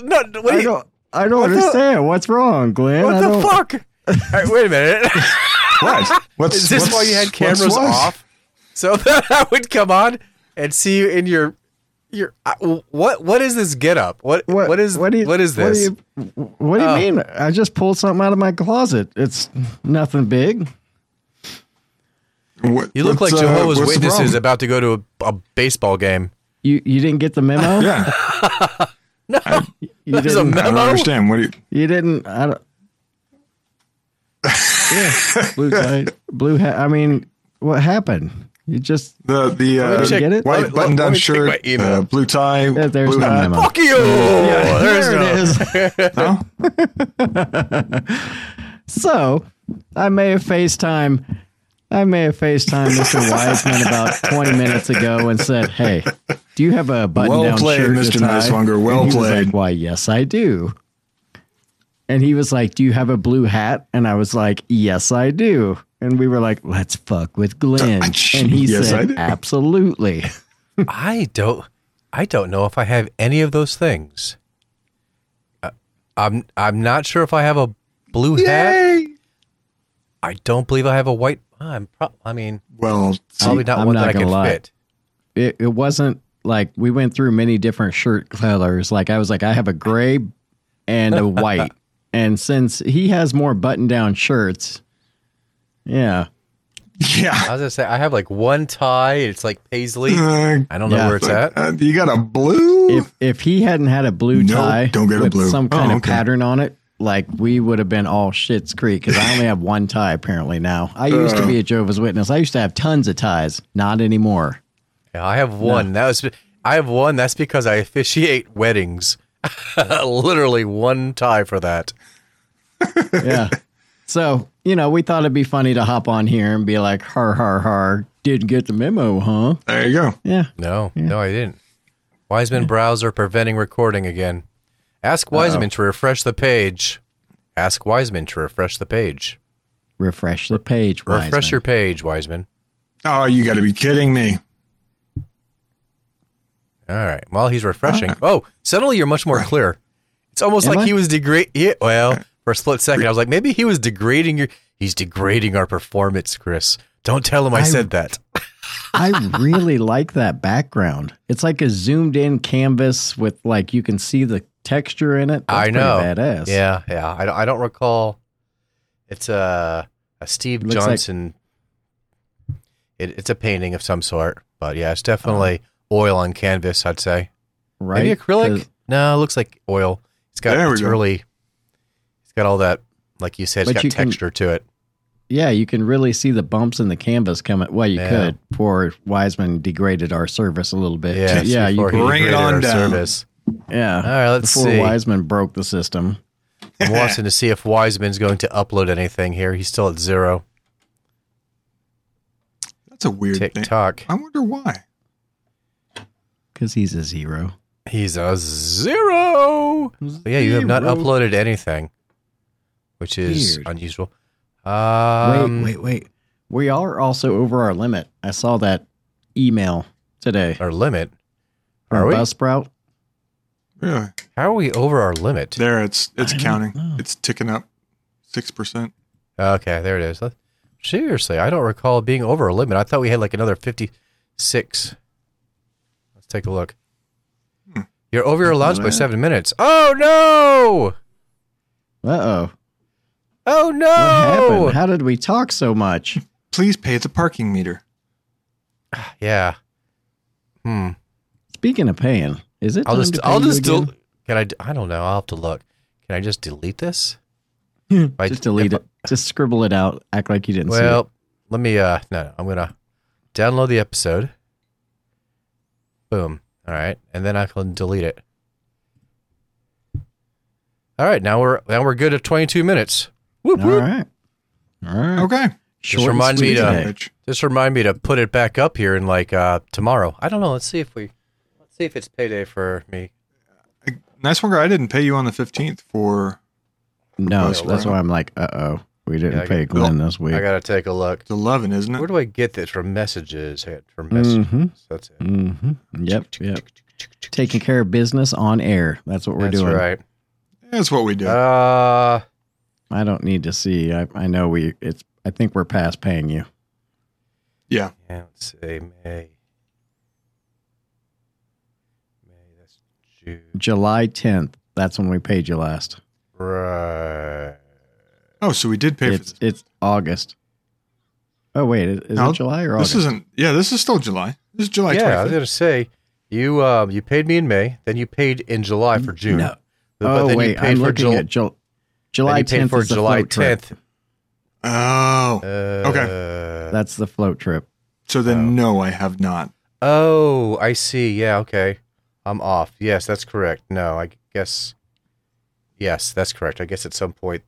don't. Wait. I don't. I don't What the- understand. What's wrong, Glenn? what I the don't- fuck? All right, wait a minute. What? What's Is this what's- why you had what's cameras what? off? So that I would come on and see you in your your I- what what is this get up? What what is do you- what is this? What do you, what do you Oh. mean? I just pulled something out of my closet. It's nothing big. What- You look what's, like uh, Jehovah's what's the Witnesses problem? about to go to a, a baseball game. You you didn't get the memo. Yeah, you There's a didn't. I don't memo. understand. What do you? you didn't. I don't. Yeah, blue tie, blue hat. I mean, what happened? You just The the me uh, check- let me- let white me- button let down me check my shirt, email. uh, blue tie, yeah, there's blue no hat. memo. Fuck you! There's there no- it is. Oh, No? So, I may have FaceTime. I may have FaceTime Mr. Wiseman about 20 minutes ago and said, "Hey, do you have a button-down Well played, shirt to Mr. tie?" Nicewanger, well And he was played. like, Why? Yes, I do. And he was like, "Do you have a blue hat?" And I was like, "Yes, I do." And we were like, "Let's fuck with Glenn." And he Yes, I said, do. "Absolutely." I don't I don't know if I have any of those things. Uh, I'm I'm not sure if I have a blue hat. I don't believe I have a white. I'm pro- I mean Well, see, probably not I'm one not that I gonna can lie. fit. it, it wasn't like we went through many different shirt colors. Like I was like, I have a gray and a white. and since he has more button down shirts, yeah. yeah. I was gonna say I have like one tie. It's like paisley. Uh, I don't know Yeah. where it's but, at. uh, you got a blue? If if he hadn't had a blue Nope, tie don't get a with blue. some kind Oh, of okay. pattern on it, like we would have been all shits creek because I only have one tie apparently now. I used Uh. to be a Jehovah's Witness. I used to have tons of ties. Not anymore. Yeah, I have one. That was I have one. That's because I officiate weddings. Literally one tie for that. yeah. So, you know, we thought it'd be funny to hop on here and be like, har, har, har, didn't get the memo, huh? there you go. Yeah. No, no, I didn't. Wiseman browser preventing recording again. Ask Wiseman to refresh the page. Ask Wiseman to refresh the page. Refresh the page. Wiseman. Refresh your page, Wiseman. Oh, you got to be kidding me. All right. While he's refreshing, oh, suddenly you're much more clear. It's almost Uh-huh. Am like I? he was degrade. Yeah, well, for a split second, I was like, maybe he was degrading your. He's degrading our performance, Chris. Don't tell him I, I- said that. I really like that background. It's like a zoomed in canvas with like you can see the texture in it. That's I pretty know. Badass. Yeah, yeah. I don't, I don't recall. It's a a Steve Looks like- Johnson. It, it's a painting of some sort, but yeah, it's definitely oil on canvas. I'd say Uh-huh. Right. maybe 'Cause- acrylic. No, it looks like oil. It's got There we it's go. really. It's got all that, like you said, it's But you got can- texture to it. Yeah, you can really see the bumps in the canvas coming. Well, you Yeah. could. Poor Wiseman degraded our service a little bit. Yeah, yeah, you before he could. Bring it degraded on our down. Service. Yeah. All right, let's Before see. Wiseman broke the system. I'm watching to see if Wiseman's going to upload anything here. He's still at zero. That's a weird thing. TikTok. I wonder why. Because he's a zero. He's a zero. But yeah, you have not Zero. uploaded anything, which is Weird. unusual. Um, wait, wait, wait. We are also over our limit. I saw that email today Our limit. Are from we? Buzzsprout. Really? How are we over our limit? There, it's it's I don't counting. know. It's ticking up six percent. Okay, there it is. Let- Seriously, I don't recall being over a limit. I thought we had like another 56. Let's take a look. Hmm. You're over your allowance by Alright. seven minutes. Oh, no. Uh oh. Oh, no. What happened? How did we talk so much? Please pay the parking meter. Yeah. Hmm. Speaking of paying, is it? I'll time just, to pay I'll you just, again? del- can I, d- I don't know. I'll have to look. Can I just delete this? I- just delete if it. Just scribble it out. Act like you didn't Well, let me. Uh, no, no, I'm gonna download the episode. Boom. All right, and then I can delete it. All right, now we're now we're good at 22 minutes. see it. All right. All right. Hmm. Okay. Short and remind me sweet to- today. Rich. Just remind me to put it back up here in like uh, tomorrow. I don't know. Let's see if we let's see if it's payday for me. Nice one, guy. I didn't pay you on the fifteenth for No, Yeah, so that's right. why I'm like, uh oh, we didn't Yeah, I pay get- Glenn this week. I gotta take a look. the eleven, isn't Where it? do I get this from? Messages. Hey, From messages. mm-hmm. That's it. Mm-hmm. Yep. Yep. Taking care of business on air. That's what we're That's doing. right. That's what we do. Uh, I don't need to see. I, I know we. It's. I think we're past paying you. yeah. yeah, let's see. May. May, that's June. July tenth. That's when we paid you last. Right. Oh, so we did pay it's for this. it's August. Oh wait, is, is No, it July or August? This isn't. Yeah, this is still July. This is July. yeah, I was 25th. gonna say you um, you paid me in May, then you paid in July for June. No. But oh then wait, you paid I'm for looking Jul- at Jul- then July you paid tenth. for is the July float trip. tenth. Uh, Oh, Okay. That's the float trip. so then Oh. no, I have not. Oh, I see. Yeah, okay. I'm off. Yes, that's correct. No, I guess. Yes, that's correct. I guess at some point,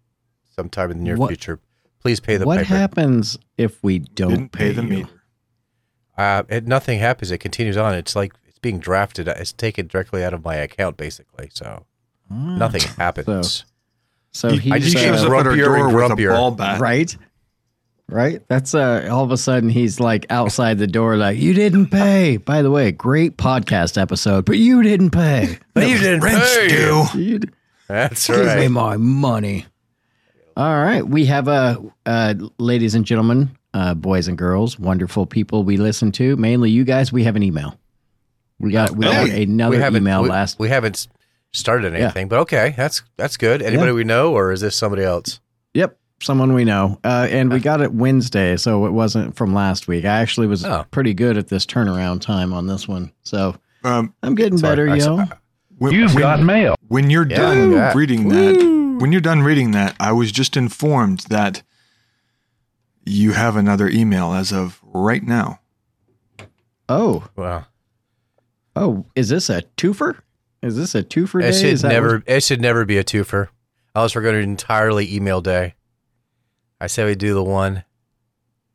sometime in the near What- future, please pay the What piper. happens if we don't Didn't pay the you? meter. Uh, it, nothing happens. It continues on. It's like it's being drafted. It's taken directly out of my account, basically. So Ah. nothing happens. So He- he I just uh, shows shows up at our grumpier door and with grumpier. a ball bat. right, right. That's uh, all of a sudden he's like outside the door, like you didn't pay. By the way, great podcast episode, but you didn't pay. But you didn't Rent's pay. due. You d- That's Give me right. my money. All right. We have, uh, uh, ladies and gentlemen, uh, boys and girls, wonderful people we listen to, mainly you guys. We have an email. We got, we got Hey, another email we, last. we haven't s- started Yeah. anything, but okay, that's that's good. Anybody we know, or is this somebody else? Yep. Someone we know. Uh, and Ah. we got it Wednesday. So it wasn't from last week. I actually was Oh. pretty good at this turnaround time on this one. So Um, I'm getting Sorry, better, I s- uh, yo. when, You've when, got mail. when you're Yeah, done yeah. reading that, when you're done reading that, I was just informed that you have another email as of right now. oh, Well, oh, is this a twofer? Is this a twofer day? it Is should that never it should never be a twofer. Unless we're going to entirely email day. I say we do the one.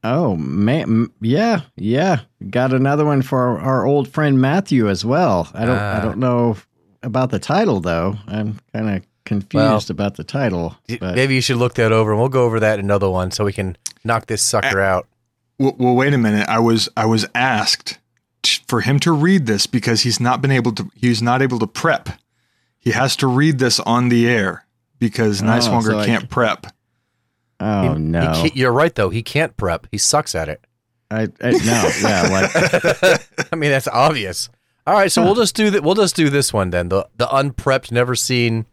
Oh man, m- yeah, yeah. Got another one for our old friend Matthew as well. I don't, I Ah. don't know about the title though. I'm kind of confused Well, about the title. But Maybe you should look that over, and we'll go over that in another one, so we can knock this sucker Ah. out. Well, well, wait a minute. I was I was asked t- for him to read this because he's not been able to. He's not able to prep. He has to read this on the air because Oh, Nicewonger so I- can't prep. oh He- he no, can't- you're right though. He can't prep. He sucks at it. I, I no, yeah, like I mean, that's obvious. All right, so we'll just do that. We'll just do this one then. The the unprepped, never seen,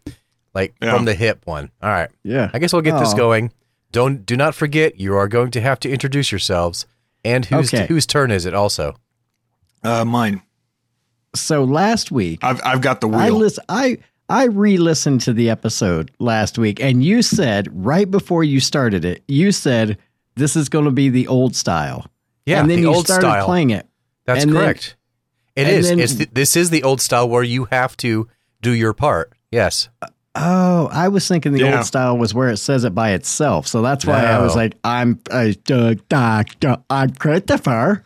like Yeah. from the hip one. All right, yeah. I guess we'll get this Oh. going. Don't do not forget you are going to have to introduce yourselves and whose Okay. whose turn is it also. Uh, mine. So last week, I've I've got the wheel. I listen. I I re-listened to the episode last week, and you said right before you started it, you said this is going to be the old style. Yeah, and then the you old started style. playing it. That's and then- correct. It and is. then- it's the, this is the old style where you have to do your part. Yes. Oh, I was thinking the Yeah. old style was where it says it by itself. So that's why I was No. like, I'm a doctor, I'm Christopher.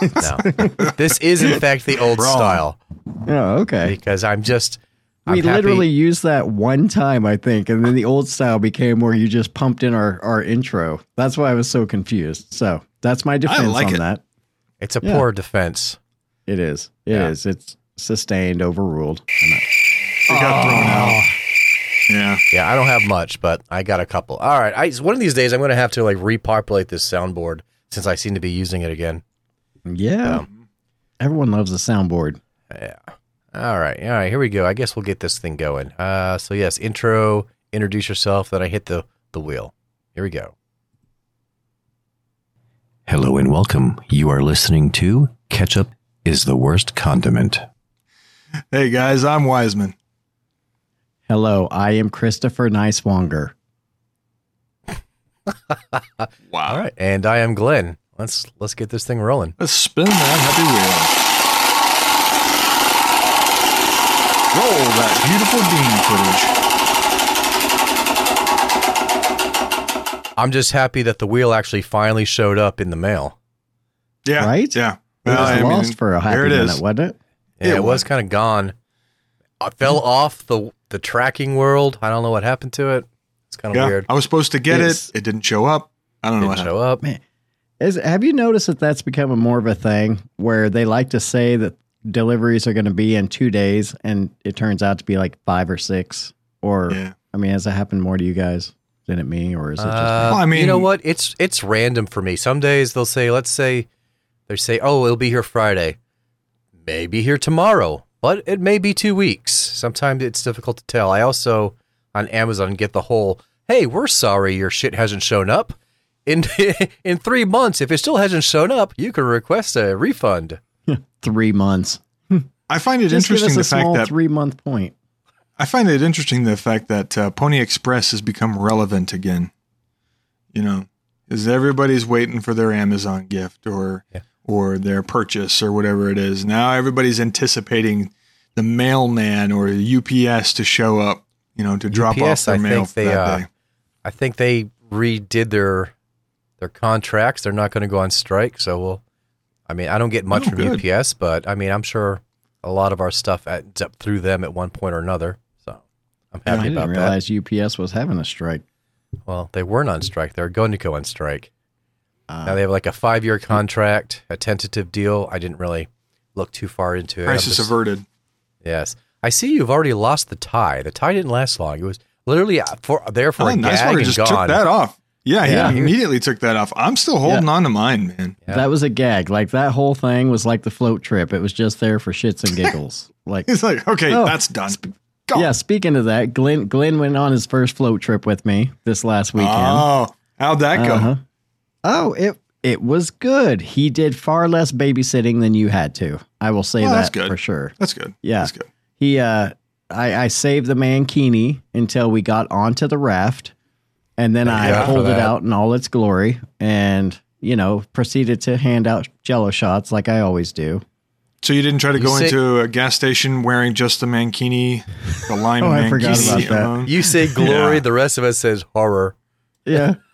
No. this is in fact the old Wrong. style Oh, okay. because I'm just. I'm we happy- literally used that one time, I think. And then the old style became where you just pumped in our, our intro. That's why I was so confused. So that's my defense like on it. that. It's a Yeah. poor defense. It is. It is. Yeah. It's sustained, overruled. It got thrown out. Oh. Yeah. Yeah, I don't have much, but I got a couple. All right, I, one of these days I'm going to have to like repopulate this soundboard since I seem to be using it again. Yeah. Everyone loves a soundboard. Yeah. All right, all right, here we go. I guess we'll get this thing going. Uh, so yes, intro, introduce yourself. Then I hit the the wheel. Here we go. Hello and welcome. You are listening to Ketchup is the Worst Condiment. Hey guys, I'm Wiseman. Hello, I am Christopher Nicewonger. Wow. All right, and I am Glenn. Let's let's get this thing rolling. Let's spin that happy wheel. Roll that beautiful bean footage. I'm just happy that the wheel actually finally showed up in the mail. Yeah. Right? Yeah. It was Well, I mean, lost for a happy there it minute, is. wasn't it? Yeah, It it, was kind of gone. I fell off the the tracking world. I don't know what happened to it. It's kind of Yeah. weird. I was supposed to get Yes. it. It didn't show up. I don't know what Didn't happened. show up. Is have you noticed that that's becoming more of a thing where they like to say that deliveries are going to be in two days, and it turns out to be like five or six? Or Yeah. I mean, has that happened more to you guys than it me, or is it just Uh, Well, I you know mean- what? It's it's random for me. Some days they'll say, let's say, they say, oh, it'll be here Friday, maybe here tomorrow, but it may be two weeks. Sometimes it's difficult to tell. I also on Amazon get the whole, hey, we're sorry your shit hasn't shown up. In in three months, if it still hasn't shown up, you can request a refund. three months? I find it Just give interesting us a the fact small that three month point. I find it interesting the fact that uh, Pony Express has become relevant again. You know, is everybody's waiting for their Amazon gift or or their purchase or whatever it is. Now everybody's anticipating the mailman or UPS to show up. You know, to drop UPS, off their I mail think for they, that uh, day. I think they redid their their contracts. They're not going to go on strike, so we'll. I mean, I don't get much Oh, from good. UPS, but I mean, I'm sure a lot of our stuff ends up through them at one point or another. So I'm I happy didn't about that. realize UPS was having a strike. Well, they weren't on strike; they're going to go on strike. Ah. Uh, now they have like a five year contract, a tentative deal. I didn't really look too far into it. I'm Crisis just- averted. Yes, I see you've already lost the tie. The tie didn't last long. It was literally uh, for there for Oh, a nice gag one. and Just gone. took that off. Yeah, Yeah. he immediately took that off. I'm still holding on to mine, man. Yeah. That was a gag. Like that whole thing was like the float trip. It was just there for shits and giggles. like He's like, okay, Oh, that's done. Gone. yeah, speaking of that, Glenn Glenn went on his first float trip with me this last weekend. Oh, how'd that go? Uh-huh. Oh, it it was good. He did far less babysitting than you had to. I will say Well, that's that good. for sure. That's good. Yeah. that's good. He uh I, I saved the mankini until we got onto the raft and then I God for pulled it that. out in all its glory and you know, proceeded to hand out jello shots like I always do. So you didn't try to You go say- into a gas station wearing just the mankini, the lime Oh, I mankini forgot about that. alone? You say glory, Yeah. the rest of us says horror. Yeah.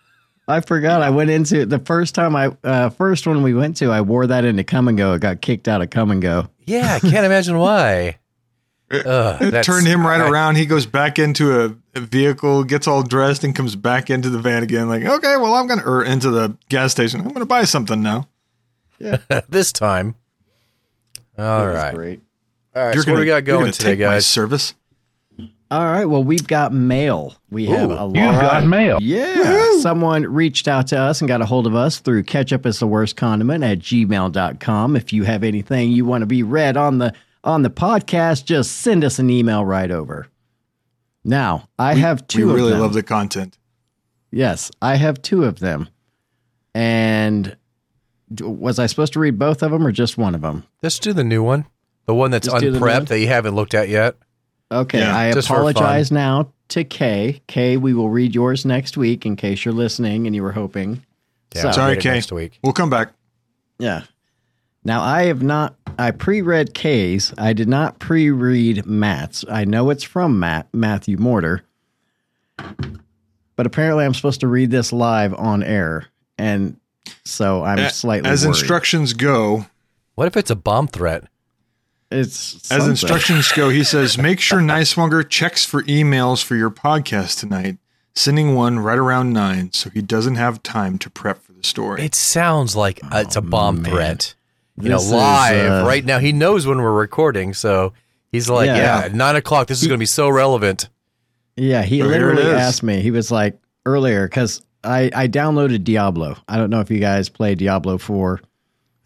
I forgot I went into the first time I uh, first one we went to, I wore that into come and go. It got kicked out of come and go. Yeah, I can't imagine why. Ugh, It that's- turned him right I- around. He goes back into a, a vehicle, gets all dressed, and comes back into the van again. Like, okay, well, I'm gonna or into the gas station. I'm gonna buy something now. this time. All It was right. great. All right. You're so what do we got you're going gonna today, take my guys? service. All right. Well, we've got mail. We have a lot. You've got mail. Yeah. Someone reached out to us and got a hold of us through ketchup is the worst condiment at gmail.com. If you have anything you want to be read on the on the podcast, just send us an email right over. Now, I have We two of really them. love the content. yes, I have two of them. And d- was I supposed to read both of them or just one of them? Let's do the new one. The one that's Let's do the new one. unprepped that you haven't looked at yet. Okay, Yeah, I just for apologize now to Kay. Kay, we will read yours next week in case you're listening and you were hoping. Yeah, So- we'll Sorry, read it Kay. Next week. We'll come back. Yeah. Now I have not. I pre-read Kay's. I did not pre-read Matt's. I know it's from Matt Matthew Mortar, but apparently I'm supposed to read this live on air, and so I'm A- slightly as worried. instructions go, What if it's a bomb threat? It's as something. instructions go, he says, make sure Nicewonger checks for emails for your podcast tonight. Sending one right around nine, so he doesn't have time to prep for the story. It sounds like uh, it's a bomb Oh, man. threat. You know, This is, live uh, right now. He knows when we're recording, so he's like, Yeah. "Yeah, at nine o'clock. This is going to be so relevant." Yeah, he So here it literally is. asked me. He was like earlier because I I downloaded Diablo. I don't know if you guys play Diablo four,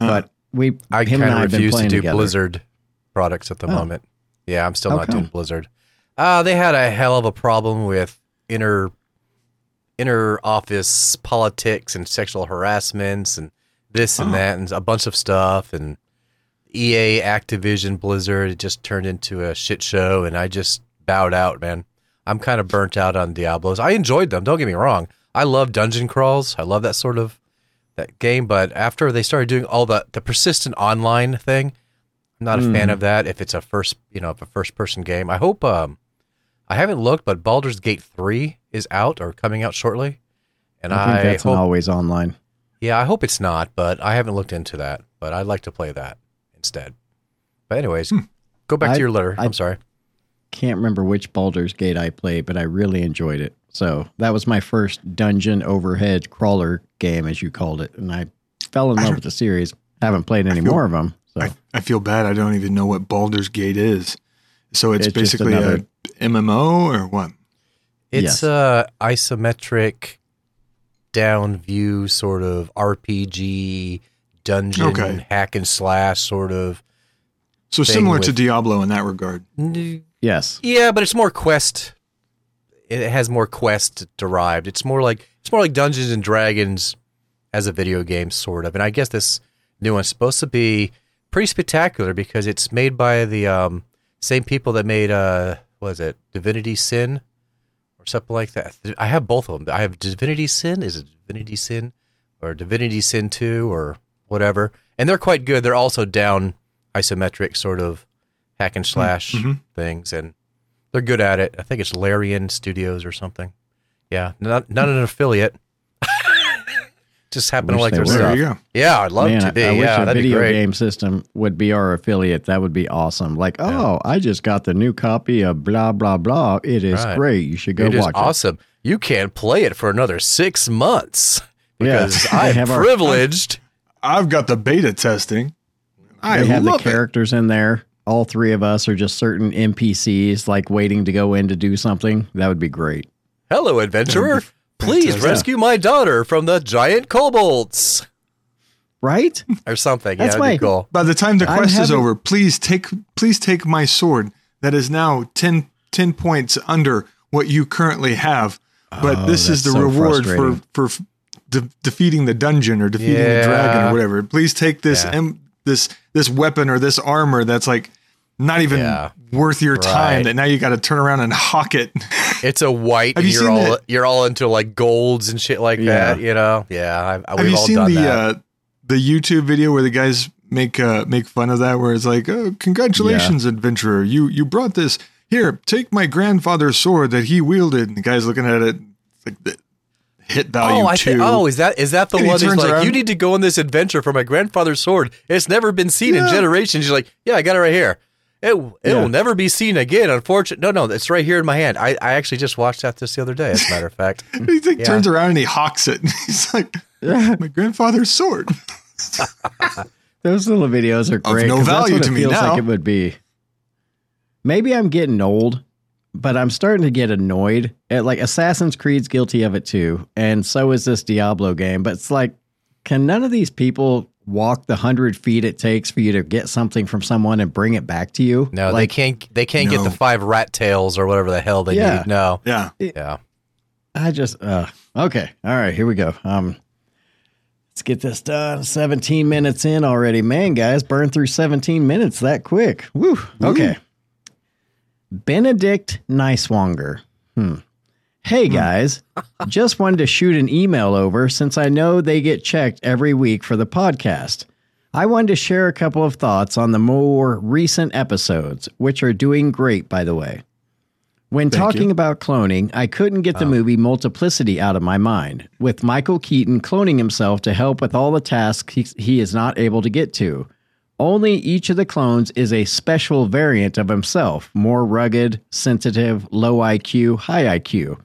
Uh, but we I him kind and I of have been refuse to playing do together. Blizzard products at the Oh. moment. Yeah, I'm still How not come? doing Blizzard. Uh, they had a hell of a problem with inner inner office politics and sexual harassments and this Oh. and that and a bunch of stuff and EA, E Activision, Blizzard. It just turned into a shit show, and I just bowed out, man. I'm kind of burnt out on Diablos. I enjoyed them. Don't get me wrong. I love dungeon crawls. I love that sort of that game. But after they started doing all the the persistent online thing, I'm not a Hmm. fan of that. If it's a first, you know, if a first person game, I hope. Um, I haven't looked, but Baldur's Gate three is out or coming out shortly, and I think I, that's an hope. always online. Yeah, I hope it's not, but I haven't looked into that. But I'd like to play that instead. But anyways, go back Hmm. I- to your letter. I- I, am sorry. Can't remember which Baldur's Gate I played, but I really enjoyed it. So that was my first dungeon overhead crawler game, as you called it, and I fell in love with the series. Haven't played any more of them. So I feel bad. I don't even know what Baldur's Gate is. So it's, It's just basically another- a MMO or what? It's Yes. a isometric down view sort of RPG dungeon Okay. hack and slash sort of. So Thing similar to with- Diablo in that regard. Yeah, Yes. but it's more quest. It has more quest derived. It's more like it's more like Dungeons and Dragons as a video game sort of. And I guess this new one's supposed to be pretty spectacular because it's made by the um, same people that made uh was it Divinity Sin or something like that. I have both of them. I have Divinity Sin. Is it Divinity Sin or Divinity Sin Two or whatever? And they're quite good. They're also down isometric sort of hack Hmm. and slash Mm-hmm. Mhm. things, and they're good at it. I think it's Larian Studios or something. Yeah, not not an affiliate. Just happen to Wish like they their were. There stuff. you go. Yeah, I'd love Man, to be. I, I yeah, wish a that'd be video great. game system would be our affiliate. That would be awesome. Like, oh, I just got the new copy of blah blah blah. It is Right. great. You should go It is watch awesome. You can't play it for another six months Yeah. because They I'm have our- privileged. I've got the beta testing. it. I They have the love it. characters in there. All three of us are just certain NPCs, like waiting to go in to do something. That would be great. Hello, adventurer. Please fantastic. rescue my daughter from the giant kobolds Right? or something. That's yeah, that'd be my- cool. By the time the I'm quest is having- over, please take please take my sword that is now 10, 10 points under what you currently have. But Oh, this is that's the so reward for frustrating. for f- de- defeating the dungeon or defeating the dragon Yeah. or whatever. Please take this Yeah. em- this this weapon or this armor that's like not even Yeah. worth your time. Right. That now you got to turn around and hawk it. It's a white. and Have you you're seen all that- you're all into like golds and shit like Yeah. that. You know? Yeah, I, I, Have we've you all seen done the that. uh, the YouTube video where the guys make uh, make fun of that? Where it's like, oh, "Congratulations, adventurer! You you brought this here. Take my grandfather's sword that he wielded." And the guy's looking at it it's like the hit value Oh, I two. think. Oh, is that is that the And he one? He's turns like, around. you need to go on this adventure for my grandfather's sword. It's never been seen in Yeah. generations. He's like, yeah, I got it right here. It it Yeah. will never be seen again. Unfortunately, no, no, it's right here in my hand. I, I actually just watched that just the other day. As a matter of fact, he like, Yeah. turns around and he hawks it. He's like, "My grandfather's sword." Those little videos are great. no 'cause that's value what to it me feels now. like it would be. Maybe I'm getting old, but I'm starting to get annoyed at like Assassin's Creed's guilty of it too, and so is this Diablo game. But it's like, can none of these people walk the hundred feet it takes for you to get something from someone and bring it back to you? no, like they can't. They can't get No. the five rat tails or whatever the hell they Yeah. need. No, Yeah, yeah, I just uh okay. All right, here we go. Um let's get this done. 17 minutes in already. Man, guys, burn through 17 minutes that quick. Woo. Okay. Benedict Neiswanger. Hmm. Hey guys, just wanted to shoot an email over since I know they get checked every week for the podcast. I wanted to share a couple of thoughts on the more recent episodes, which are doing great, by the way. When talking about cloning, I couldn't get the movie Multiplicity out of my mind, with Michael Keaton cloning himself to help with all the tasks he, he is not able to get to. Only each of the clones is a special variant of himself, more rugged, sensitive, low IQ, high IQ.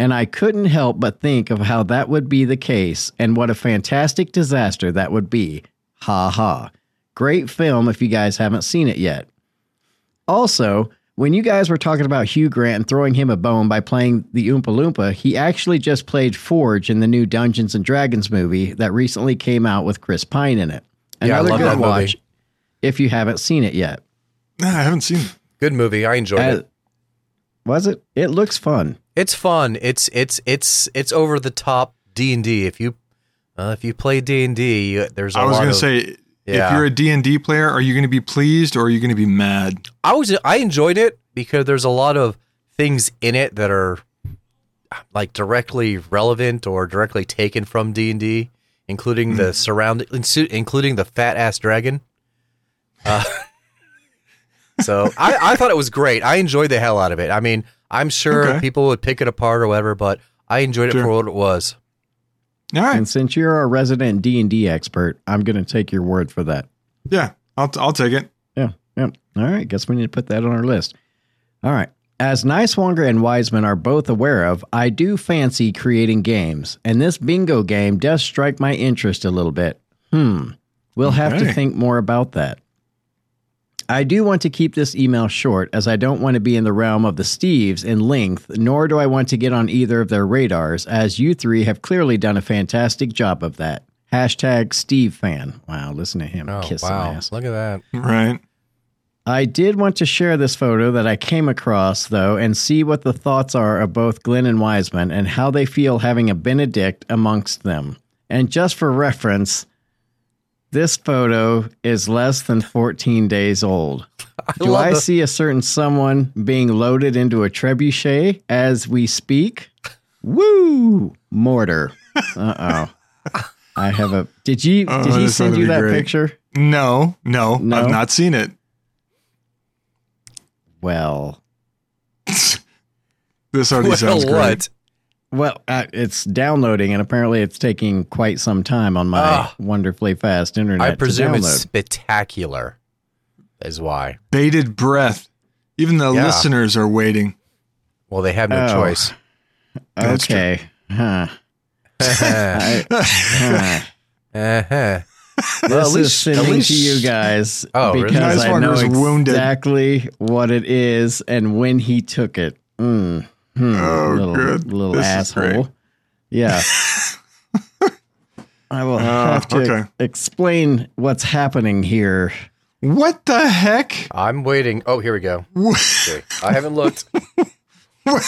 And I couldn't help but think of how that would be the case and what a fantastic disaster that would be. Ha ha. Great film if you guys haven't seen it yet. Also, when you guys were talking about Hugh Grant and throwing him a bone by playing the Oompa Loompa, he actually just played Forge in the new Dungeons and Dragons movie that recently came out with Chris Pine in it. Yeah, I Another love good that movie. watch if you haven't seen it yet. Nah, I haven't seen. It. good movie. I enjoyed Uh, it. was it? It looks fun. It's fun. It's it's it's it's over the top D and D. If you uh, if you play D and D, there's. a I was lot gonna of- say, if Yeah. you're a D and D player, are you gonna be pleased or are you gonna be mad? I was I enjoyed it because there's a lot of things in it that are like directly relevant or directly taken from D and D, including Hmm. the surrounding, including the fat ass dragon. Uh, so I, I thought it was great. I enjoyed the hell out of it. I mean, I'm sure Okay. people would pick it apart or whatever, but I enjoyed it Sure. for what it was. All right, And since you're a resident D and D expert, I'm going to take your word for that. yeah, I'll I'll take it. Yeah. Yep. All right. Guess we need to put that on our list. All right. As Nicewanger and Wiseman are both aware of, I do fancy creating games, and this bingo game does strike my interest a little bit. Hmm. We'll have Okay. to think more about that. I do want to keep this email short as I don't want to be in the realm of the Steves in length, nor do I want to get on either of their radars, as you three have clearly done a fantastic job of that. Hashtag Steve fan. Wow, listen to him Oh, kiss some wow. ass. Look at that. Right. I did want to share this photo that I came across, though, and see what the thoughts are of both Glenn and Wiseman and how they feel having a Benedict amongst them. And just for reference, this photo is less than 14 days old. Do love I the- see a certain someone being loaded into a trebuchet as we speak? Woo! Mortar. Uh oh. I have a. Did you? Oh, Did he this ought send to you be that great. picture? No, no, No? I've not seen it. Well, This already sounds great. Well, uh, it's downloading, and apparently it's taking quite some time on my Ah. wonderfully fast internet. I presume to it's download. spectacular. Is why. Bated breath. Even the Yeah. listeners are waiting. Well, they have no Oh. choice. that's true. okay. Huh. I- huh. Uh-huh. this at is least- at sending least- to you guys Oh, really? because Nice I one, know who's wounded. exactly what it is and when he took it. Mm. Hmm. Oh, little, good. Little This is great. asshole. Yeah. I will have to Ah, okay. explain what's happening here. What the heck? I'm waiting. Oh, here we go. Okay. I haven't looked.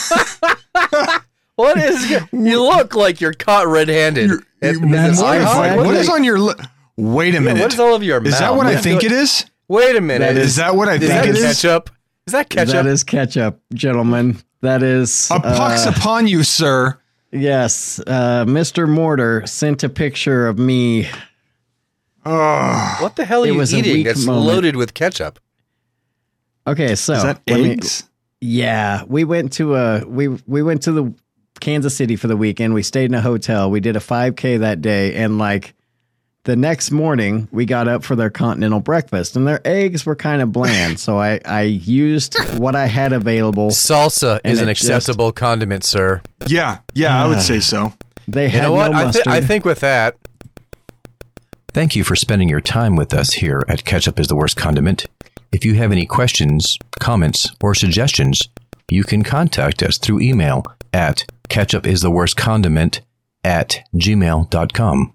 what is? You look like you're caught red-handed. Is- You is it mortified. IHOP? what what is they- on your li- Wait a Yeah, minute. what is all of your Is that mouth? what I Yeah. think it is? Wait a minute. That Is that what I Is think that it is? ketchup? Is that ketchup? That is ketchup, gentlemen. That is A uh, pox upon you, sir. Yes, uh, Mr. Mortar sent a picture of me. Oh, what the hell are It you was a eating weak that's moment. loaded with ketchup? Okay, so is that let me- eggs? yeah, we went to a we we went to the Kansas City for the weekend. We stayed in a hotel. We did a 5K that day, and like the next morning, we got up for their continental breakfast, and their eggs were kind of bland. so I I used what I had available. Salsa And is an it just- acceptable condiment, sir. yeah, yeah, I would say so. They You had know what? no I, thi- mustard. I think with that, Thank you for spending your time with us here at Ketchup is the Worst Condiment. If you have any questions, comments, or suggestions, you can contact us through email at ketchupistheworstcondiment at gmail.com.